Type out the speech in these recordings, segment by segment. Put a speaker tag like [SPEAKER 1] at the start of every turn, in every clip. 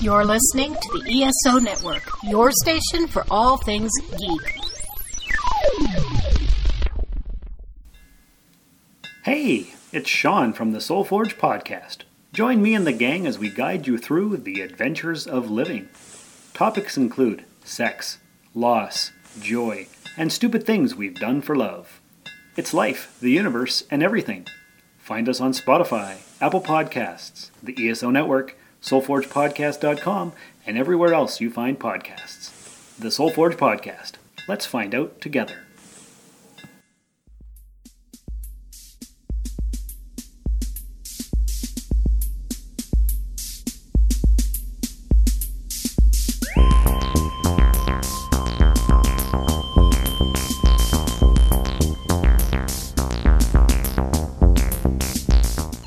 [SPEAKER 1] You're listening to the ESO Network, your station for all things geek.
[SPEAKER 2] Hey, it's Sean from the Soul Forge podcast. Join me and the gang as we guide you through the adventures of living. Topics include sex, loss, joy, and stupid things we've done for love. It's life, the universe, and everything. Find us on Spotify, Apple Podcasts, the ESO Network, soulforgepodcast.com, and everywhere else you find podcasts. The Soul Forge podcast. Let's find out together.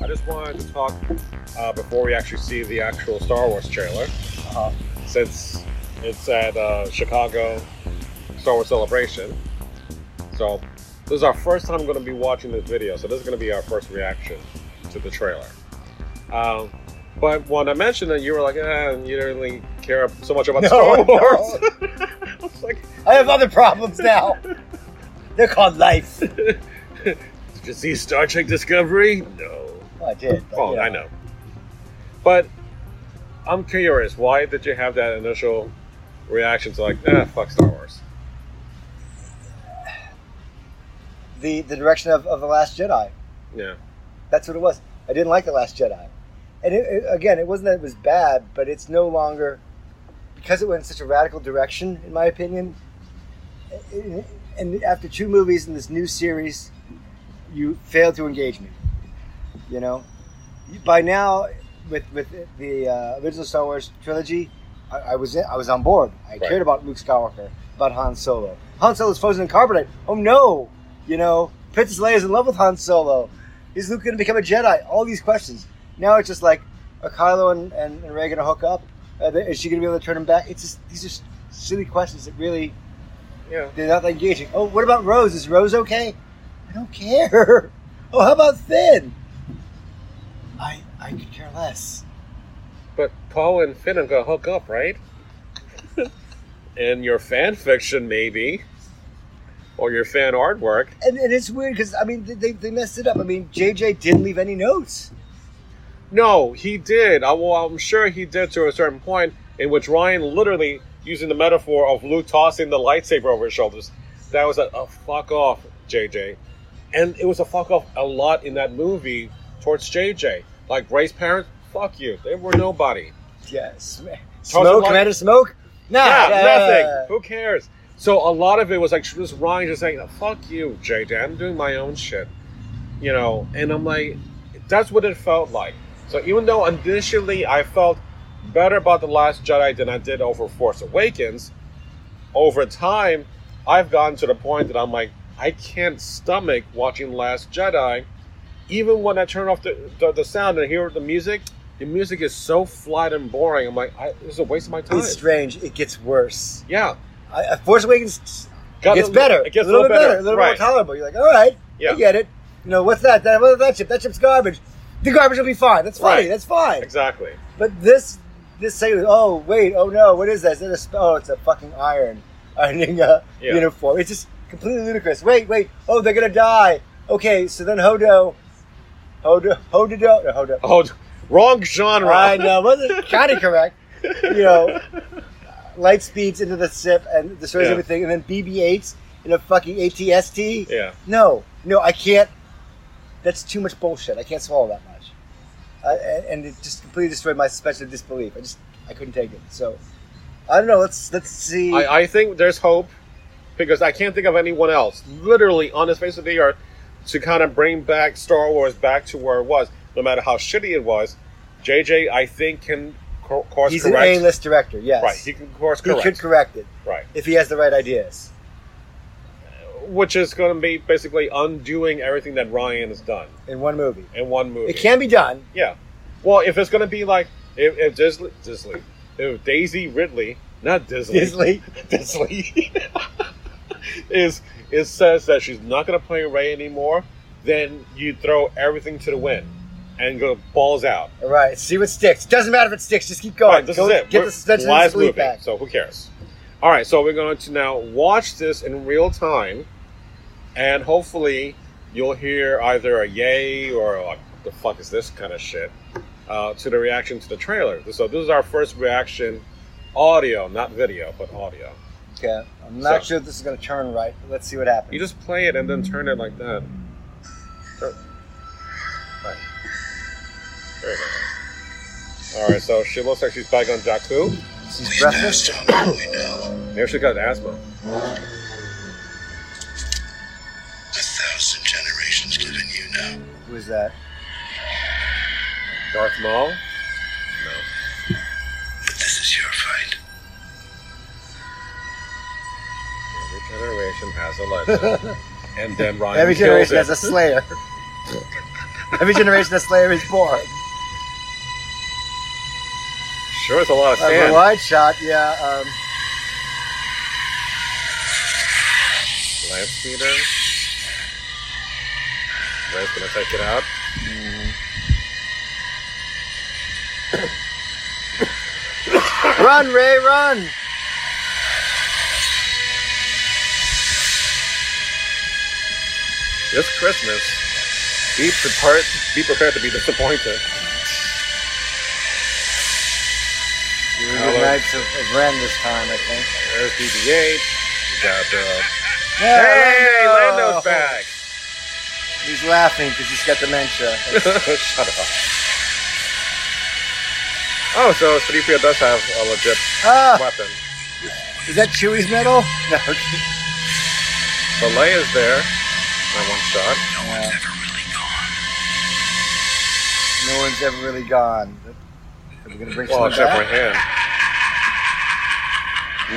[SPEAKER 3] I just wanted to talk uh, before we actually see the actual Star Wars trailer, uh, since it's at uh, Chicago Star Wars Celebration. So this is our first time going to be watching this video, so this is going to be our first reaction to the trailer. Um, but when I mentioned that, you were like, "Ah, you don't really care so much about
[SPEAKER 4] No,
[SPEAKER 3] Star
[SPEAKER 4] I don't.
[SPEAKER 3] Wars." I was like,
[SPEAKER 4] I have other problems now. They're called life.
[SPEAKER 3] "Did you see Star Trek Discovery?" No.
[SPEAKER 4] Well, I did. but,
[SPEAKER 3] Oh,
[SPEAKER 4] you
[SPEAKER 3] I know. But I'm curious, why did you have that initial reaction to like, ah, fuck Star Wars?
[SPEAKER 4] The the direction of, of the Last Jedi.
[SPEAKER 3] Yeah.
[SPEAKER 4] That's what it was. I didn't like the Last Jedi, and it, it- again, it wasn't that it was bad, but it's no longer because it went in such a radical direction, in my opinion. And- And after two movies in this new series, you failed to engage me. You know, by now, with with the uh, original Star Wars trilogy, I, I was in, I was on board. I
[SPEAKER 3] Right.
[SPEAKER 4] cared about Luke Skywalker, about Han Solo. Han Solo's frozen in carbonite. Oh no! You know, Princess Leia's in love with Han Solo. Is Luke going to become a Jedi? All these questions. Now it's just like, are Kylo and, and, and Ray going to hook up? Uh, is she going to be able to turn him back? It's just these are s- silly questions that really
[SPEAKER 3] Yeah.
[SPEAKER 4] they're not that engaging. Oh, what about Rose? Is Rose okay? I don't care. Oh, how about Finn? I I could care less.
[SPEAKER 3] But Poe and Finn are gonna hook up, right? In your fan fiction, maybe. Or your fan artwork.
[SPEAKER 4] And, and it's weird because I mean they- they, they messed it up. I mean JJ didn't leave any notes.
[SPEAKER 3] No, he did. I, well, I'm sure he did to a certain point, in which Ryan literally, using the metaphor of Luke tossing the lightsaber over his shoulders, that was a, a fuck off, JJ. And it was a fuck off a lot in that movie towards JJ. Like Ray's parents, fuck you. They were nobody.
[SPEAKER 4] Yeah, sm-
[SPEAKER 3] him
[SPEAKER 4] smoke,
[SPEAKER 3] what-
[SPEAKER 4] Commander Smoke. Nah,
[SPEAKER 3] Yeah,
[SPEAKER 4] nah.
[SPEAKER 3] nothing. Who cares? So a lot of it was like just Ryan just saying, "Fuck you, JJ. I'm doing my own shit," you know. And I'm like, that's what it felt like. So even though initially I felt better about the Last Jedi than I did over Force Awakens, over time I've gotten to the point that I'm like, I can't stomach watching Last Jedi. Even when I turn off the, the, the sound and hear the music, the music is so flat and boring. I'm like, I, this is a waste of my time.
[SPEAKER 4] It's strange. It gets worse.
[SPEAKER 3] Yeah.
[SPEAKER 4] I, uh, Force Awakens
[SPEAKER 3] Got
[SPEAKER 4] gets
[SPEAKER 3] a-
[SPEAKER 4] better.
[SPEAKER 3] It gets a little,
[SPEAKER 4] bit better. A little
[SPEAKER 3] right.
[SPEAKER 4] more tolerable. You're like, all right,
[SPEAKER 3] Yeah.
[SPEAKER 4] I get it. You know what's that? That what's that chip? That chip's garbage. The garbage will be fine. That's funny.
[SPEAKER 3] Right.
[SPEAKER 4] That's fine.
[SPEAKER 3] Exactly.
[SPEAKER 4] But this this segment, oh wait, oh no, what is that? Is that a sp- oh, it's a fucking iron ironing uh,
[SPEAKER 3] Yeah.
[SPEAKER 4] uniform. It's just completely ludicrous. Wait, wait, oh they're gonna die. Okay, so then Hodo, Hodo, Hodo, no, Hodo.
[SPEAKER 3] Oh, d- wrong genre.
[SPEAKER 4] I know, wasn't kind of correct. You know, light speeds into the sip and destroys
[SPEAKER 3] Yeah.
[SPEAKER 4] everything, and then BB-8s in a fucking ATST.
[SPEAKER 3] Yeah.
[SPEAKER 4] No, no, I can't. That's too much bullshit. I can't swallow that much. I, and, and it just completely destroyed my suspension of disbelief. I just I couldn't take it. So I don't know. Let's let's see.
[SPEAKER 3] I, I think there's hope because I can't think of anyone else, literally on the face of the earth, to kind of bring back Star Wars back to where it was, no matter how shitty it was. JJ, I think, can co- course
[SPEAKER 4] He's
[SPEAKER 3] correct.
[SPEAKER 4] an A-list director. Yes,
[SPEAKER 3] Right, he can course
[SPEAKER 4] He
[SPEAKER 3] correct.
[SPEAKER 4] could correct it
[SPEAKER 3] right,
[SPEAKER 4] if he has the right ideas.
[SPEAKER 3] which is going to be basically undoing everything that Ryan has done
[SPEAKER 4] In one movie,
[SPEAKER 3] in one movie.
[SPEAKER 4] it can be done.
[SPEAKER 3] Yeah. Well, if it's going to be like if, if Disley, Disley, if Daisy Ridley, not Disley,
[SPEAKER 4] Disney.
[SPEAKER 3] Disley, is is says that she's not going to play Ray anymore, then you throw everything to the wind. and go balls out.
[SPEAKER 4] All right, see what sticks. Doesn't matter if it sticks. Just keep going.
[SPEAKER 3] All right, this
[SPEAKER 4] Go
[SPEAKER 3] is it.
[SPEAKER 4] Get
[SPEAKER 3] We're-
[SPEAKER 4] the suspension of
[SPEAKER 3] last
[SPEAKER 4] disbelief
[SPEAKER 3] movie,
[SPEAKER 4] back.
[SPEAKER 3] so who cares? All right, so we're going to now watch this in real time, and hopefully you'll hear either a yay or a, what the fuck is this kind of shit uh, to the reaction to the trailer. So this is our first reaction, audio, not video, but audio.
[SPEAKER 4] Okay, I'm not
[SPEAKER 3] So-
[SPEAKER 4] sure if this is going to turn right. But let's see what happens.
[SPEAKER 3] You just play it and then turn it like that. Turn- Right. There you go. All right, so she looks like she's back on Jakku.
[SPEAKER 4] She's breathless.
[SPEAKER 3] Maybe she got asthma.
[SPEAKER 5] A thousand generations live in you now.
[SPEAKER 4] Who is that?
[SPEAKER 3] Darth Maul.
[SPEAKER 5] But this is your fight.
[SPEAKER 3] Every generation has a legend. and then Ryan
[SPEAKER 4] Every
[SPEAKER 3] kills
[SPEAKER 4] generation
[SPEAKER 3] it.
[SPEAKER 4] has a slayer. Every generation a slayer is born.
[SPEAKER 3] Sure, it's a lot of
[SPEAKER 4] Uh, the
[SPEAKER 3] sand.
[SPEAKER 4] wide shot, yeah. Um,
[SPEAKER 3] Lance Peter. Ray's gonna take it out.
[SPEAKER 4] Run, Ray, run!
[SPEAKER 3] This Christmas, be prepared. Be prepared to be disappointed.
[SPEAKER 4] It was
[SPEAKER 3] Hello.
[SPEAKER 4] the Knights of, of Ren this time, I think.
[SPEAKER 3] There's BB-8. You got uh, hey,
[SPEAKER 4] Yeah,
[SPEAKER 3] Lando's back.
[SPEAKER 4] He's laughing because he's got dementia.
[SPEAKER 3] Shut up. Oh, so 3PO does have a legit
[SPEAKER 4] Ah,
[SPEAKER 3] weapon.
[SPEAKER 4] is that Chewie's medal? No. okay.
[SPEAKER 3] So Leia's there. My one shot.
[SPEAKER 4] Yeah.
[SPEAKER 5] Never really gone.
[SPEAKER 4] No one's ever really gone. Are we gonna bring
[SPEAKER 3] Well,
[SPEAKER 4] someone
[SPEAKER 3] except for him.
[SPEAKER 4] back?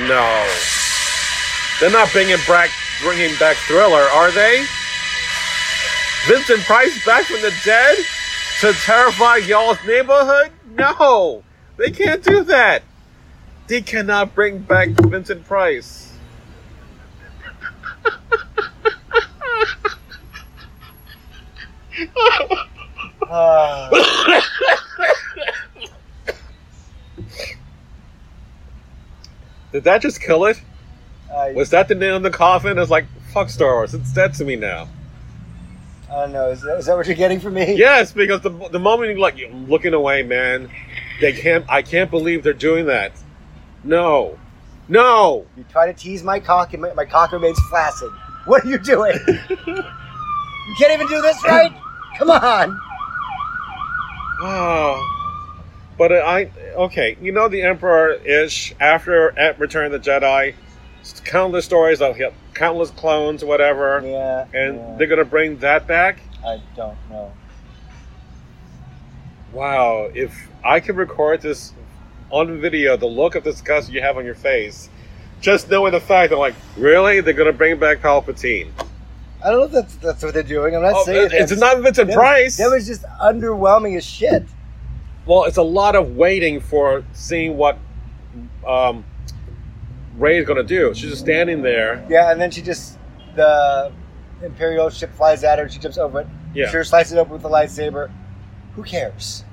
[SPEAKER 3] No. They're not bringing back, bringing back Thriller, are they? Vincent Price back from the dead to terrify y'all's neighborhood? No, they can't do that. They cannot bring back Vincent Price.
[SPEAKER 4] Ah,
[SPEAKER 3] Did that just kill it?
[SPEAKER 4] I,
[SPEAKER 3] Was that the nail in the coffin? It's like fuck Star Wars. It's dead to me now.
[SPEAKER 4] I don't know. Oh, Is that, is that what you're getting from me?
[SPEAKER 3] Yes, because the, the moment you like you're looking away, man, they can't. I can't believe they're doing that. No, no.
[SPEAKER 4] You try to tease my cock, and my, my cock remains flaccid. What are you doing? you can't even do this right. Come on.
[SPEAKER 3] Oh. But I okay. You know the Emperor ish after at Return of the Jedi, countless stories of him, countless clones, whatever,
[SPEAKER 4] Yeah.
[SPEAKER 3] and
[SPEAKER 4] yeah,
[SPEAKER 3] they're gonna bring that back.
[SPEAKER 4] I don't know.
[SPEAKER 3] Wow, if I could record this on video, the look of disgust you have on your face, just knowing the fact that, like, really? They're going to bring back Palpatine.
[SPEAKER 4] I don't know if that's, that's what they're doing. I'm not
[SPEAKER 3] Oh,
[SPEAKER 4] saying
[SPEAKER 3] it- it's not Vincent
[SPEAKER 4] that,
[SPEAKER 3] Price.
[SPEAKER 4] That was just underwhelming as shit.
[SPEAKER 3] well, it's a lot of waiting for seeing what um, Ray's going to do. She's just standing there.
[SPEAKER 4] Yeah, and then she just the Imperial ship flies at her. She jumps over it.
[SPEAKER 3] Yeah.
[SPEAKER 4] Sure, slices it open with the lightsaber. Who cares?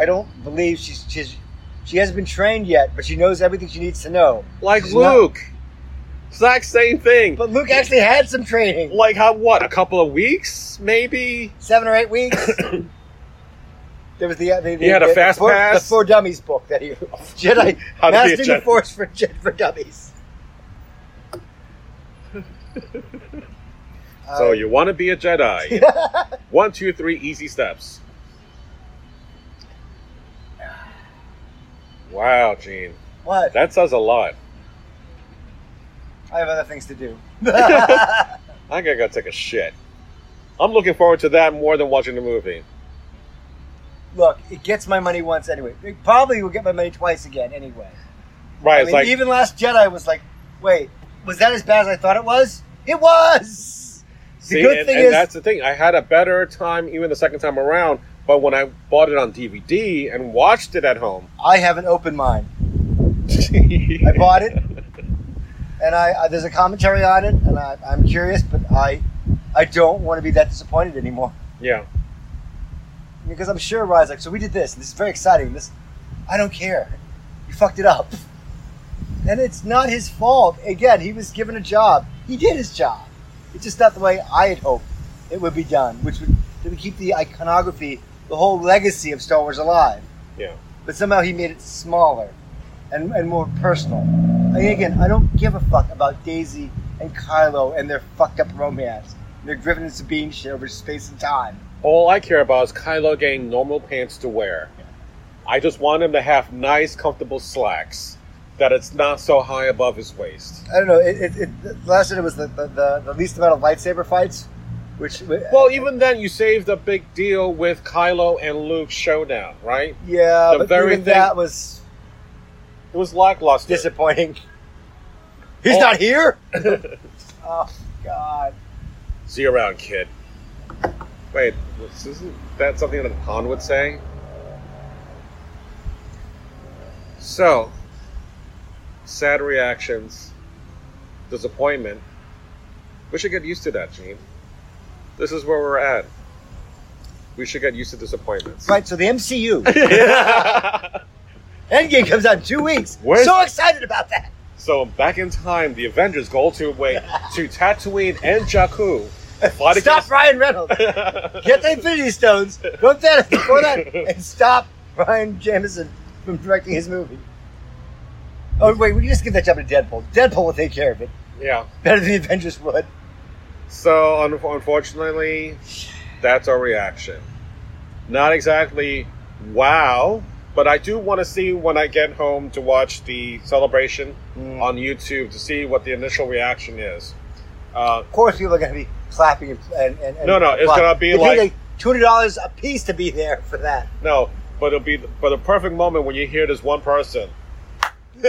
[SPEAKER 4] I don't believe she's she's she hasn't been trained yet, but she knows everything she needs to know.
[SPEAKER 3] Like
[SPEAKER 4] She's not-
[SPEAKER 3] Luke. Exact same thing.
[SPEAKER 4] But Luke actually had some training,
[SPEAKER 3] like, how, what, a couple of weeks, maybe?
[SPEAKER 4] seven or eight weeks. There was the, uh, the, the
[SPEAKER 3] had a
[SPEAKER 4] the
[SPEAKER 3] fast
[SPEAKER 4] four,
[SPEAKER 3] pass.
[SPEAKER 4] the four dummies book that he Jedi
[SPEAKER 3] How to be a
[SPEAKER 4] Mastering the
[SPEAKER 3] Jedi.
[SPEAKER 4] Force for Jedi for dummies.
[SPEAKER 3] So
[SPEAKER 4] Uh,
[SPEAKER 3] you want to be a Jedi. One, two, three easy steps. Wow, Gene.
[SPEAKER 4] what?
[SPEAKER 3] That says a lot.
[SPEAKER 4] I have other things to do.
[SPEAKER 3] I gotta go take a shit. I'm looking forward to that more than watching the movie.
[SPEAKER 4] Look, it gets my money once anyway. It probably will get my money twice again anyway.
[SPEAKER 3] Right,
[SPEAKER 4] I
[SPEAKER 3] it's
[SPEAKER 4] mean,
[SPEAKER 3] like
[SPEAKER 4] even Last Jedi was like, wait, was that as bad as I thought it was? It was. The
[SPEAKER 3] see,
[SPEAKER 4] good
[SPEAKER 3] and,
[SPEAKER 4] thing
[SPEAKER 3] and
[SPEAKER 4] is,
[SPEAKER 3] that's the thing. I had a better time even the second time around, but when I bought it on DVD and watched it at home,
[SPEAKER 4] I have an open mind.
[SPEAKER 3] I
[SPEAKER 4] I bought it, and I, I there's a commentary on it, and I, I'm curious, but I I don't want to be that disappointed anymore
[SPEAKER 3] Yeah.
[SPEAKER 4] because I'm sure Ryan's like, so we did this. This is very exciting. This, I don't care. You fucked it up, and it's not his fault. Again, he was given a job. He did his job. It's just not the way I had hoped it would be done, which would, that would keep the iconography, the whole legacy of Star Wars alive.
[SPEAKER 3] Yeah.
[SPEAKER 4] But somehow he made it smaller and, and more personal. And again, I don't give a fuck about Daisy and Kylo and their fucked up romance. They're driven into being shit over space and time.
[SPEAKER 3] All I care about is Kylo getting normal pants to wear. I just want him to have nice, comfortable slacks that it's not so high above his waist.
[SPEAKER 4] I don't know. It, it, it last night it was the, the, the, the least amount of lightsaber fights, which
[SPEAKER 3] Well, even then, you saved a big deal with Kylo and Luke showdown, right?
[SPEAKER 4] yeah,
[SPEAKER 3] the
[SPEAKER 4] but
[SPEAKER 3] very
[SPEAKER 4] even
[SPEAKER 3] thing-
[SPEAKER 4] that was
[SPEAKER 3] It was lackluster.
[SPEAKER 4] disappointing. He's
[SPEAKER 3] Oh.
[SPEAKER 4] not here. oh God!
[SPEAKER 3] See you around, kid. Wait, was- isn't that something that Han would say? So, sad reactions, disappointment. We should get used to that, Gene. This is where we're at. We should get used to disappointments.
[SPEAKER 4] Right. So the MCU Endgame comes out in two weeks.
[SPEAKER 3] Where's-
[SPEAKER 4] so excited about that.
[SPEAKER 3] so back in time, the Avengers go to way to Tatooine and Jakku. Fight
[SPEAKER 4] Stop
[SPEAKER 3] against-
[SPEAKER 4] Ryan Reynolds. Get the Infinity Stones. Don't that before that, and stop Ryan Jamison from directing his movie. Oh wait, we can just give that job to Deadpool. Deadpool will take care of it
[SPEAKER 3] Yeah.
[SPEAKER 4] better than the Avengers would.
[SPEAKER 3] So, un- unfortunately, that's our reaction. Not exactly wow, but I do want to see when I get home to watch the celebration
[SPEAKER 4] Mm.
[SPEAKER 3] on YouTube to see what the initial reaction is. Uh,
[SPEAKER 4] Of course, people are going to be clapping and, and, and
[SPEAKER 3] No, no, it's
[SPEAKER 4] applauding.
[SPEAKER 3] gonna be
[SPEAKER 4] They
[SPEAKER 3] like-
[SPEAKER 4] paid, two hundred dollars a piece to be there for that.
[SPEAKER 3] no, but it'll be the, but the perfect moment when you hear this one person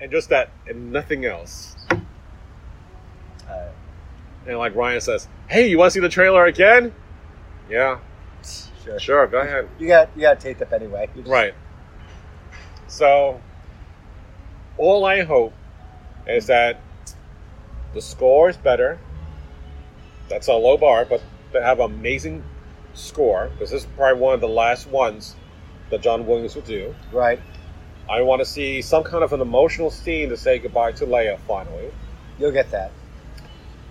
[SPEAKER 3] and just that and nothing else. And like Ryan says, "Hey, you want to see the trailer again?" Yeah,
[SPEAKER 4] sure.
[SPEAKER 3] sure, go ahead.
[SPEAKER 4] You got you got taped up anyway. You just-
[SPEAKER 3] Right. So, all I hope is that the score is better. That's a low bar, but they have amazing score because this is probably one of the last ones that John Williams will do.
[SPEAKER 4] right.
[SPEAKER 3] I want to see some kind of an emotional scene to say goodbye to Leia finally.
[SPEAKER 4] You'll get that.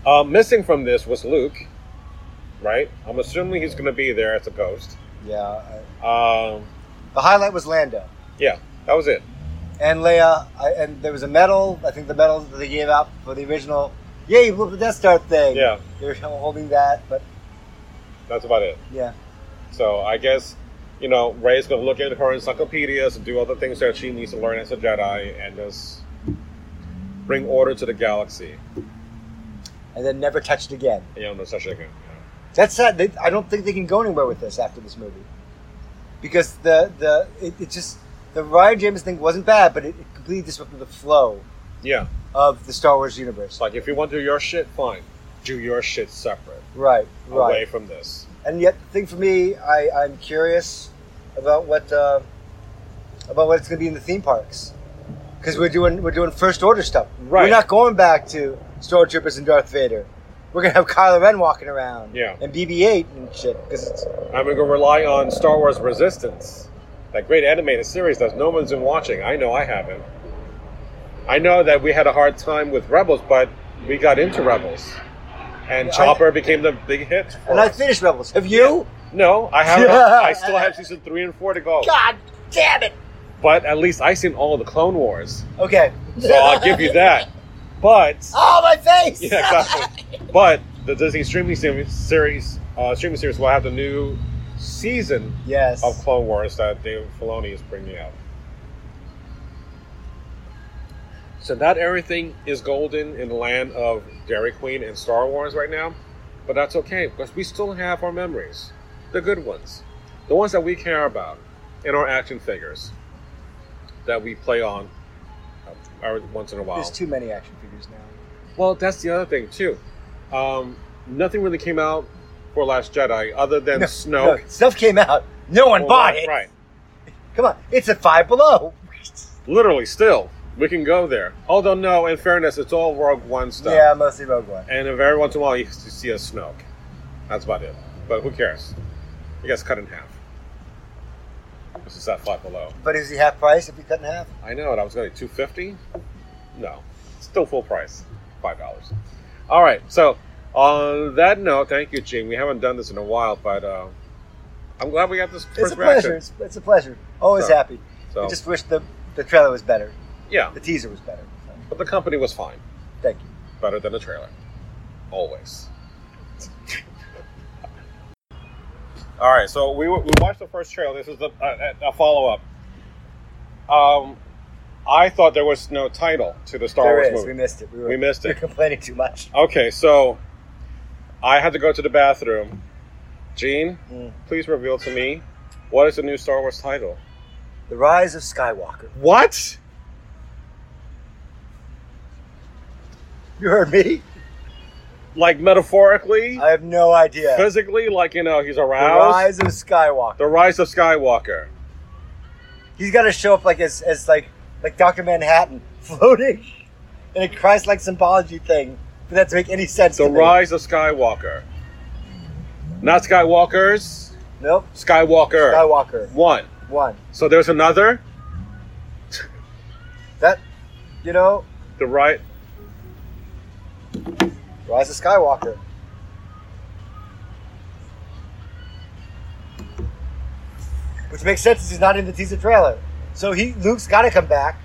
[SPEAKER 3] Uh, missing from this was Luke, right? I'm assuming he's going to be there as a ghost.
[SPEAKER 4] Yeah. uh,
[SPEAKER 3] Um,
[SPEAKER 4] the highlight was Lando
[SPEAKER 3] yeah, that was it.
[SPEAKER 4] and Leia, I, and there was a medal. I think the medal that they gave out for the original. Yeah, you blew up the Death Star thing.
[SPEAKER 3] Yeah.
[SPEAKER 4] they were holding that, but
[SPEAKER 3] That's about it.
[SPEAKER 4] yeah,
[SPEAKER 3] So I guess, you know, Ray's gonna look at her encyclopedias and do other things that she needs to learn as a Jedi and just bring order to the galaxy.
[SPEAKER 4] and then never touched again.
[SPEAKER 3] You know, no such thing. you know.
[SPEAKER 4] That's sad. They, I don't think they can go anywhere with this after this movie, because the the it, it just the Ryan James thing wasn't bad, but it, it completely disrupted the flow
[SPEAKER 3] Yeah.
[SPEAKER 4] of the Star Wars universe.
[SPEAKER 3] It's like if you want to do your shit, fine. Do your shit separate.
[SPEAKER 4] Right, right.
[SPEAKER 3] Away from this.
[SPEAKER 4] And yet, the thing for me, I I'm curious about what uh, about what it's going to be in the theme parks, because we're doing we're doing First Order stuff.
[SPEAKER 3] Right.
[SPEAKER 4] We're not going back to stormtroopers and Darth Vader. We're gonna have Kylo Ren walking around.
[SPEAKER 3] Yeah.
[SPEAKER 4] And BB-8 and shit, because it's
[SPEAKER 3] I'm gonna rely on Star Wars Resistance. That great animated series that no one's been watching. I know I haven't. I know that we had a hard time with Rebels, but we got into Rebels. And
[SPEAKER 4] Yeah, I-
[SPEAKER 3] Chopper became the big hit. for
[SPEAKER 4] and I
[SPEAKER 3] us.
[SPEAKER 4] finished Rebels. Have you?
[SPEAKER 3] No, I have.
[SPEAKER 4] Yeah.
[SPEAKER 3] I still have season three and four to go.
[SPEAKER 4] God damn it!
[SPEAKER 3] But at least I seen all the Clone Wars,
[SPEAKER 4] Okay.
[SPEAKER 3] so I'll give you that. But
[SPEAKER 4] Oh, my face!
[SPEAKER 3] yeah, exactly. But the Disney streaming series, series uh, streaming series will have the new season
[SPEAKER 4] yes.
[SPEAKER 3] of Clone Wars that Dave Filoni is bringing out. So not everything is golden in the land of Dairy Queen and Star Wars right now, but that's okay because we still have our memories, the good ones, the ones that we care about, and our action figures that we play on uh, every once in a while.
[SPEAKER 4] There's too many action figures now.
[SPEAKER 3] Well, that's the other thing too. Um, nothing really came out for Last Jedi other than Snoke.
[SPEAKER 4] No, stuff came out. No one
[SPEAKER 3] Well,
[SPEAKER 4] bought
[SPEAKER 3] Oh, right,
[SPEAKER 4] it.
[SPEAKER 3] Right.
[SPEAKER 4] Come on, it's a five below.
[SPEAKER 3] Literally, still. We can go there. Although, no, in fairness, it's all Rogue One stuff.
[SPEAKER 4] Yeah, mostly Rogue One.
[SPEAKER 3] And if every once in a while you, you see a Snoke. That's about it. But who cares? He gets cut in half. This is that five below.
[SPEAKER 4] But is he half price if you cut in half?
[SPEAKER 3] I know it. I was going to two fifty. No, still full price, five dollars. All right. So on that note, thank you, Gene. We haven't done this in a while, but uh, I'm glad we got this
[SPEAKER 4] It's
[SPEAKER 3] first
[SPEAKER 4] a
[SPEAKER 3] reaction.
[SPEAKER 4] pleasure. It's, it's a pleasure. Always
[SPEAKER 3] So-
[SPEAKER 4] happy.
[SPEAKER 3] So
[SPEAKER 4] I just wish the, the trailer was better.
[SPEAKER 3] yeah,
[SPEAKER 4] The teaser was better. So,
[SPEAKER 3] but the company was fine.
[SPEAKER 4] thank you.
[SPEAKER 3] Better than a trailer, always. All right. So we, we watched the first trailer. This is a, a, a follow up. Um, I thought there was no title to the Star
[SPEAKER 4] There
[SPEAKER 3] Wars
[SPEAKER 4] is.
[SPEAKER 3] movie.
[SPEAKER 4] We missed it. were,
[SPEAKER 3] We missed
[SPEAKER 4] We
[SPEAKER 3] it.
[SPEAKER 4] were complaining too much.
[SPEAKER 3] Okay, so I had to go to the bathroom. Gene,
[SPEAKER 4] Mm.
[SPEAKER 3] please reveal to me what is the new Star Wars title?
[SPEAKER 4] The Rise of Skywalker.
[SPEAKER 3] What?
[SPEAKER 4] You heard me?
[SPEAKER 3] Like metaphorically,
[SPEAKER 4] I have no idea.
[SPEAKER 3] physically, like you know, he's
[SPEAKER 4] the
[SPEAKER 3] aroused.
[SPEAKER 4] Rise of Skywalker.
[SPEAKER 3] The rise of Skywalker.
[SPEAKER 4] He's got to show up like as, as like like Doctor Manhattan floating in a Christ-like symbology thing for that to make any sense.
[SPEAKER 3] The
[SPEAKER 4] to me.
[SPEAKER 3] rise of Skywalker. Not Skywalkers.
[SPEAKER 4] Nope.
[SPEAKER 3] Skywalker.
[SPEAKER 4] Skywalker.
[SPEAKER 3] One.
[SPEAKER 4] One.
[SPEAKER 3] So there's another.
[SPEAKER 4] That you know,
[SPEAKER 3] The right.
[SPEAKER 4] Rise of Skywalker. Which makes sense since he's not in the teaser trailer. So he Luke's gotta come back.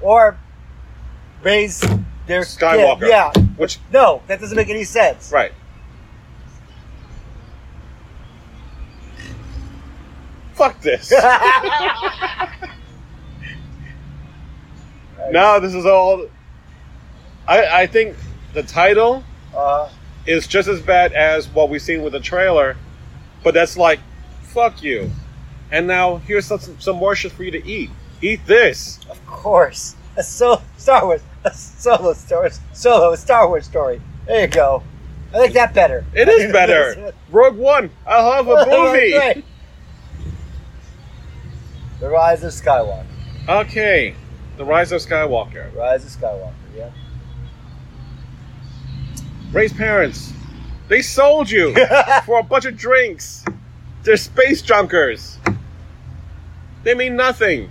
[SPEAKER 4] Or raise their
[SPEAKER 3] Skywalker.
[SPEAKER 4] Yeah. yeah.
[SPEAKER 3] Which
[SPEAKER 4] No, that doesn't make any sense.
[SPEAKER 3] right. Fuck this. No, this is all. I, I think the title
[SPEAKER 4] Uh,
[SPEAKER 3] is just as bad as what we've seen with the trailer, but that's like, fuck you. And now here's some, some more shit for you to eat. Eat this.
[SPEAKER 4] of course. A solo Star Wars. A solo Star Wars. Solo Star Wars story. There you go. I like that better.
[SPEAKER 3] It is better. Rogue One. I love a movie.
[SPEAKER 4] Right. the Rise of Skywalker.
[SPEAKER 3] Okay, The Rise of Skywalker.
[SPEAKER 4] Rise of Skywalker, yeah.
[SPEAKER 3] Ray's parents. They sold you for a bunch of drinks. They're space junkers. They mean nothing.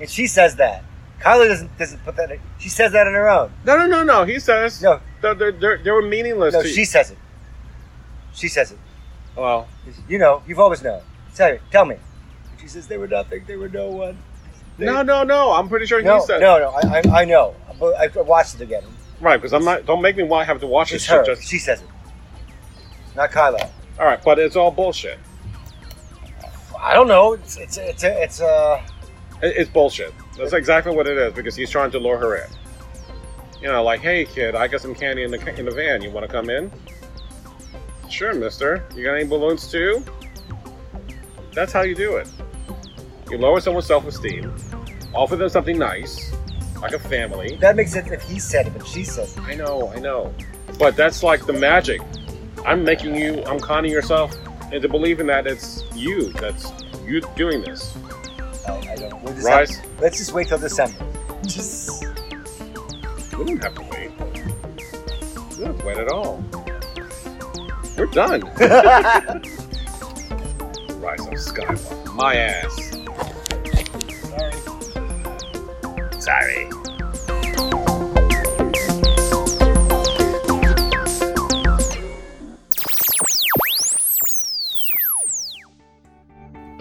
[SPEAKER 4] And she says that. Kylo doesn't doesn't put that in. She says that on her own.
[SPEAKER 3] No, no, no, no. He says
[SPEAKER 4] No.
[SPEAKER 3] they're, they're, they're, they were meaningless.
[SPEAKER 4] No,
[SPEAKER 3] to you.
[SPEAKER 4] she says it. She says it.
[SPEAKER 3] well,
[SPEAKER 4] You know, you've always known. Tell me. Tell me. She says they were nothing, they were no one. They-
[SPEAKER 3] no, no, no. I'm pretty sure he
[SPEAKER 4] No,
[SPEAKER 3] said
[SPEAKER 4] no, no. I, I, I know. But I watched it again.
[SPEAKER 3] right because I'm not. Don't make me want to have to watch
[SPEAKER 4] It's
[SPEAKER 3] this
[SPEAKER 4] her.
[SPEAKER 3] shit. Just
[SPEAKER 4] She says it. Not Kylo.
[SPEAKER 3] all right, but it's all bullshit.
[SPEAKER 4] I don't know. It's it's it's a, it's uh, a
[SPEAKER 3] It, it's bullshit. That's exactly what it is because he's trying to lure her in. You know, like, hey kid, I got some candy in the ca- in the van. You want to come in? Sure, Mister. You got any balloons too? That's how you do it. You lower someone's self-esteem, offer them something nice, like a family.
[SPEAKER 4] that makes sense if he said it, but she says it.
[SPEAKER 3] I know, I know. But that's like the magic. I'm making you, I'm conning yourself into believing that it's you that's you doing this.
[SPEAKER 4] No, I don't. We'll just have-
[SPEAKER 3] Rise.
[SPEAKER 4] let's just wait till December. Just
[SPEAKER 3] We don't have to wait. We don't have to wait at all. We're done. Rise of Skywalker. My ass.
[SPEAKER 4] sorry.
[SPEAKER 3] Sorry.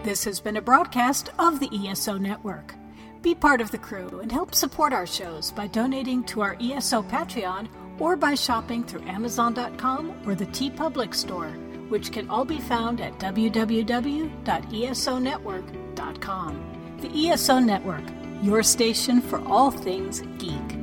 [SPEAKER 1] This has been a broadcast of the ESO Network. Be part of the crew and help support our shows by donating to our ESO Patreon or by shopping through Amazon.com or the T Public Store, which can all be found at E www.esonetwork.com. The ESO Network, your station for all things geek.